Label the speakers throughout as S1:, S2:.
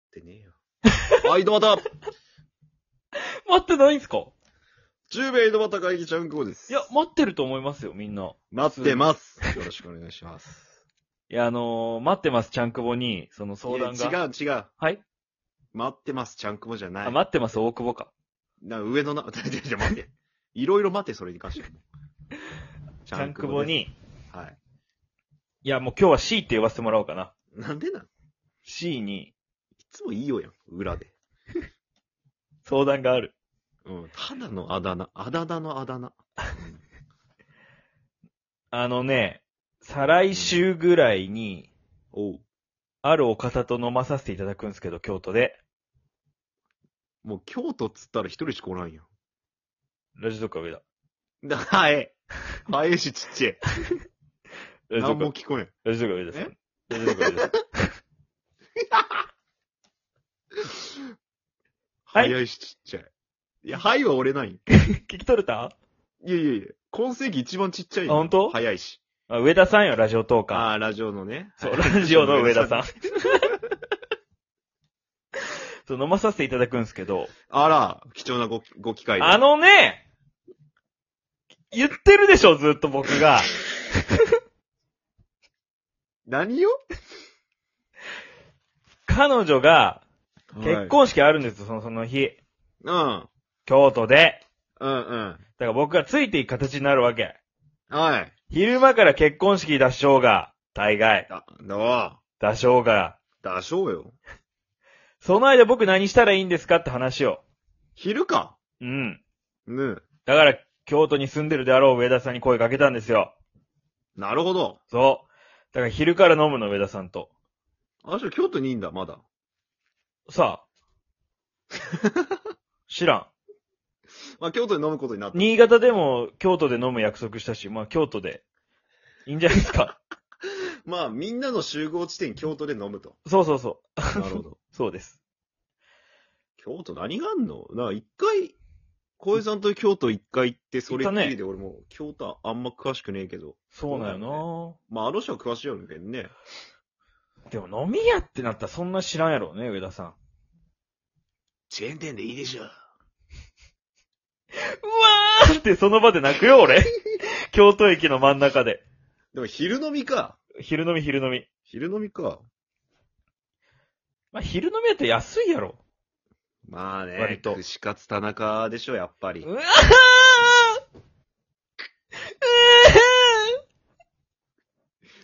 S1: ってねえよ。 あ、井戸端
S2: 待ってないんすか
S1: !10 名井戸端会議ちゃんこです。
S2: いや、待ってると思いますよ、みんな。
S1: 待ってます。よろしくお願いします。
S2: いや、あのー、待ってます、ちゃんくぼに、その相談
S1: いや
S2: が。う。
S1: 違う違う。
S2: はい、
S1: 待ってます、ちゃんくぼじゃない。
S2: あ、待ってます、大久保か。
S1: な上のな、 ちょちょちょ待って。いろいろ待って、それに関してはもう
S2: ちゃんくぼ。に、
S1: ちゃんくぼねはい。
S2: いや、もう今日は C って言わせてもらおうかな。
S1: なんでなんい
S2: C に
S1: つもいいよやん、裏で。
S2: 相談がある。
S1: うん、ただのあだ名、あだ名のあだ名。
S2: あのね、再来週ぐらいに、
S1: おう。
S2: あるお方と飲まさせていただくんですけど、京都で。
S1: もう京都っつったら一人しかおらんや
S2: ラジオトークは上だ。
S1: ん。だ、はい。はいしちっ ちゃい。
S2: ラジ
S1: な
S2: オト
S1: ん
S2: ー
S1: も
S2: ク。
S1: 聞こえん。
S2: ラジオトークは上田さん。ラジオトークは上田さん。
S1: はいいしちっちゃい。いや、はいは俺ない。
S2: 聞き取れた
S1: いやいやいや、今世紀一番ちっちゃいよ。
S2: あ本当
S1: 早いし。
S2: あ上田さんよ、ラジオトーカー。
S1: ああ、ラジオのね。
S2: そう、ラジオの上田さん
S1: ん。。
S2: そう、飲まさせていただくんですけど、
S1: あら、貴重なご、ご機会で。
S2: あのね、言ってるでしょ、ずっと僕が。
S1: 何よ
S2: 彼女が、結。婚式あるんですよ、その、その日。
S1: はい
S2: 京都で。
S1: うん。うん
S2: だから僕がついていく形になるわけ。
S1: うん。はい。
S2: 昼間から結婚式出しようが、大概、
S1: だ、だわ。
S2: 出しようが。
S1: 出しょうよ。
S2: その間僕何したらいいんですかって話を。
S1: 昼か。
S2: うん。
S1: ねえ
S2: だから、京都に住んでるであろう上田さんに声かけたんですよ。
S1: なるほど。
S2: そう。だから昼から飲むの、上田さんと。
S1: あの人京都にいいんだ、まだ。
S2: さあ。知らん。
S1: まあ、京都で飲むことになった。
S2: 新潟でも京都で飲む約束したし、まあ京都で。いいんじゃないですか。
S1: まあ、みんなの集合地点、京都で飲むと。
S2: そうそうそ
S1: なるほど。
S2: う。そうです。
S1: 京都何があんのなんか一回、小江さんと京都一回行って、それっき
S2: 行った
S1: り
S2: ね
S1: で、俺も京都あんま詳しくねえけど。
S2: そうなん
S1: そうだ
S2: よ
S1: まあ、あの人は詳しいよね、ね。
S2: なでも飲み屋ってなったらそんな知らんやろうね、上田さん。うわ
S1: チェーン店でいいでしょ。
S2: ーってその場で泣くよ、俺。京都駅の真ん中で。
S1: でも昼飲みか。
S2: 昼飲み、昼飲み。
S1: 昼飲みか。
S2: まあ昼飲みやったら安いやろ。
S1: まあね。
S2: 割と
S1: 串カツ田中でしょ、やっぱり
S2: う。わー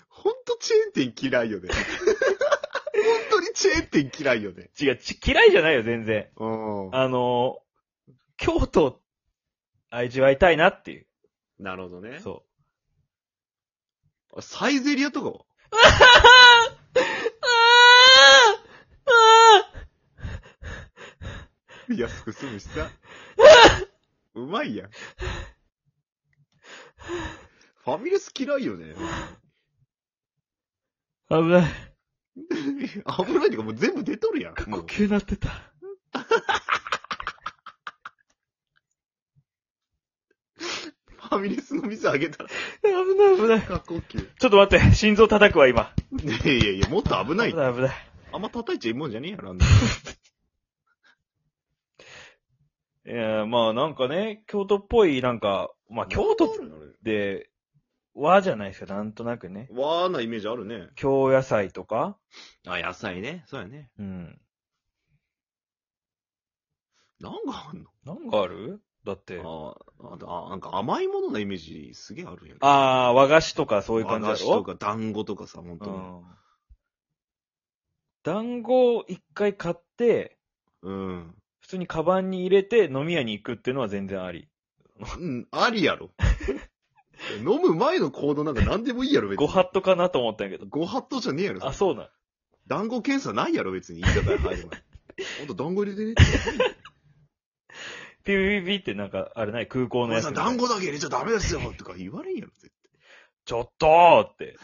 S1: ほんとチェーン店嫌いよ ね。本当にチェーン店嫌いよね。
S2: 違う、ち嫌いじゃないよ、全然。
S1: うん。
S2: あのー、京都、味わいたいなっていう。
S1: なるほどね。
S2: そう。
S1: サイゼリアとかは安く済むし さ。うまいやん。ファミレス嫌いよ ね。
S2: 危ない。
S1: 危ないってかもう全部出とるやん。もう
S2: 吸なってた。
S1: ファミレスの店あげたら、
S2: 危ない危ない。
S1: 過呼吸。
S2: ちょっと待って、心臓叩くわ、今。
S1: いやいやいや、もっと危ない
S2: 危。ない危ない。
S1: あんま叩いちゃいいもんじゃねえやろ、あんな。
S2: いやー、まあなんかね、京都っぽい、なんか、まあ京都って、和じゃないですか、なんとなくね。
S1: わーなイメージあるね。
S2: 京野菜とか
S1: あ、野菜ね。そうやね。
S2: うん。
S1: なんかあんの
S2: なんかあるだって。
S1: あーあ、なんか甘いもののイメージすげえあるんやけど。
S2: あー、和菓子とかそういう
S1: 和
S2: 感じだ
S1: 菓
S2: ろ
S1: 子とか団子とかさ、ほんとに。
S2: うん。団子を一回買って、
S1: うん。
S2: 普通にカバンに入れて飲み屋に行くっていうのは全然あり。
S1: うん、ありやろ。 飲む前の行動なんか何でもいいやろ、別
S2: ご
S1: に。
S2: 法度かなと思ったんやけど。
S1: ご法度じゃねえやろ。
S2: あ、そうなん。
S1: 団子検査ないやろ、別に。言い方入る 前。ほんと、団子入れてね。
S2: ピュピュピュピュってなんか、あれない空港
S1: お
S2: の
S1: 前
S2: やつ
S1: さん、
S2: みたいな。
S1: 団子だけ入れちゃダメですよとか言われんやろ、絶対。
S2: ちょっとーって。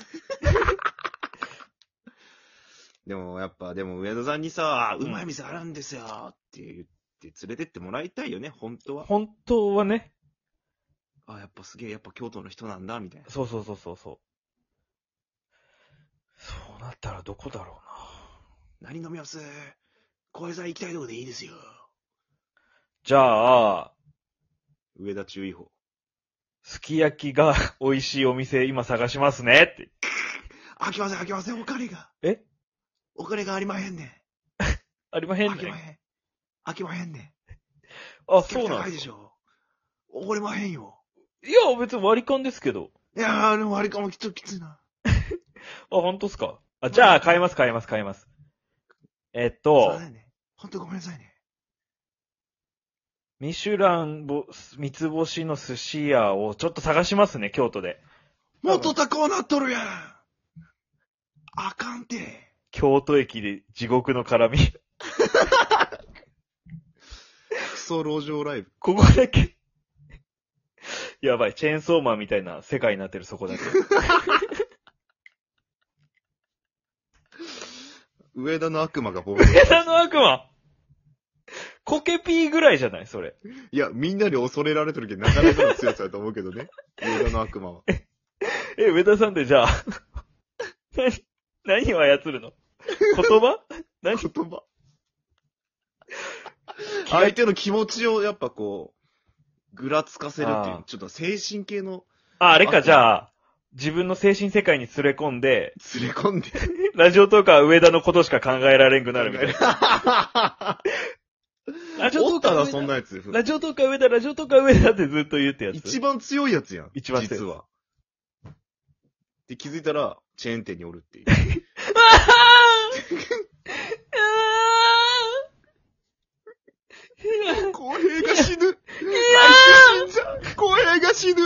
S1: でも、やっぱ、でも、上田さんにさ、うまい店あるんですよって言って、連れてってもらいたいよね、本当は。
S2: 本当はね。
S1: あ、やっぱすげえ、やっぱ京都の人なんだ、みたいな。
S2: そうそうそうそうそう。そうなったらどこだろうな。
S1: 何飲みます小江さん行きたいとこでいいですよ。
S2: じゃあ、
S1: 上田注意報。
S2: すき焼きが 美味しいお店今探しますねって。
S1: 飽きません、飽きません、お金が。
S2: え
S1: お金がありまへんねん。
S2: ありまへん
S1: 飽きま
S2: ね。
S1: へん。飽きまへんねん。
S2: あ、
S1: そ
S2: そうう
S1: な
S2: なんん
S1: で
S2: ですす
S1: よ。怒れまへんよ。
S2: いや、別に割り勘ですけど。
S1: いやー、でもあれかもきついきついな。
S2: あ、本当っすかあ、じゃあ、買います、買います、買います。えっと
S1: うだ、よね。ほんとごめんなさいね。
S2: ミシュランぼ、三つ星の寿司屋をちょっと探しますね、京都で。
S1: もっと高うなっとるやん。あかんて。
S2: 京都駅で地獄の絡み。
S1: クソ路上ライブ。
S2: ここだけ。やばい、チェーンソーマンみたいな世界になってる、そこだけ。
S1: 上田の悪魔が暴
S2: 上田の悪魔コケピーぐらいじゃないそれ。
S1: いや、みんなに恐れられてるけど、なかなかの強さだと思うけどね。上田の悪魔は。
S2: え、上田さんってじゃあ、 何、何を操るの言葉何
S1: 言葉。相手の気持ちをやっぱこう、ぐらつかせるってい
S2: あ
S1: う
S2: ー、
S1: ちょっと精神系の、
S2: あ、あれか、じゃあ、自分の精神世界に連れ込んで、
S1: 連れ込んで
S2: ラジオとか上田のことしか考えられんくなるみたいな。 ラジオ
S1: お
S2: ト
S1: っ
S2: ーカ
S1: た
S2: ー
S1: な、
S2: 上
S1: そんなやつ。
S2: ラジオとか上田、ラジオとか上田ってずっと言ってやつ。
S1: 一番強いやつやん。
S2: 一番強い
S1: 実は。で、気づいたら、チェーン店におるっていう。
S2: ああ
S1: 公平が死ぬ来週死んじゃう公平が死ぬ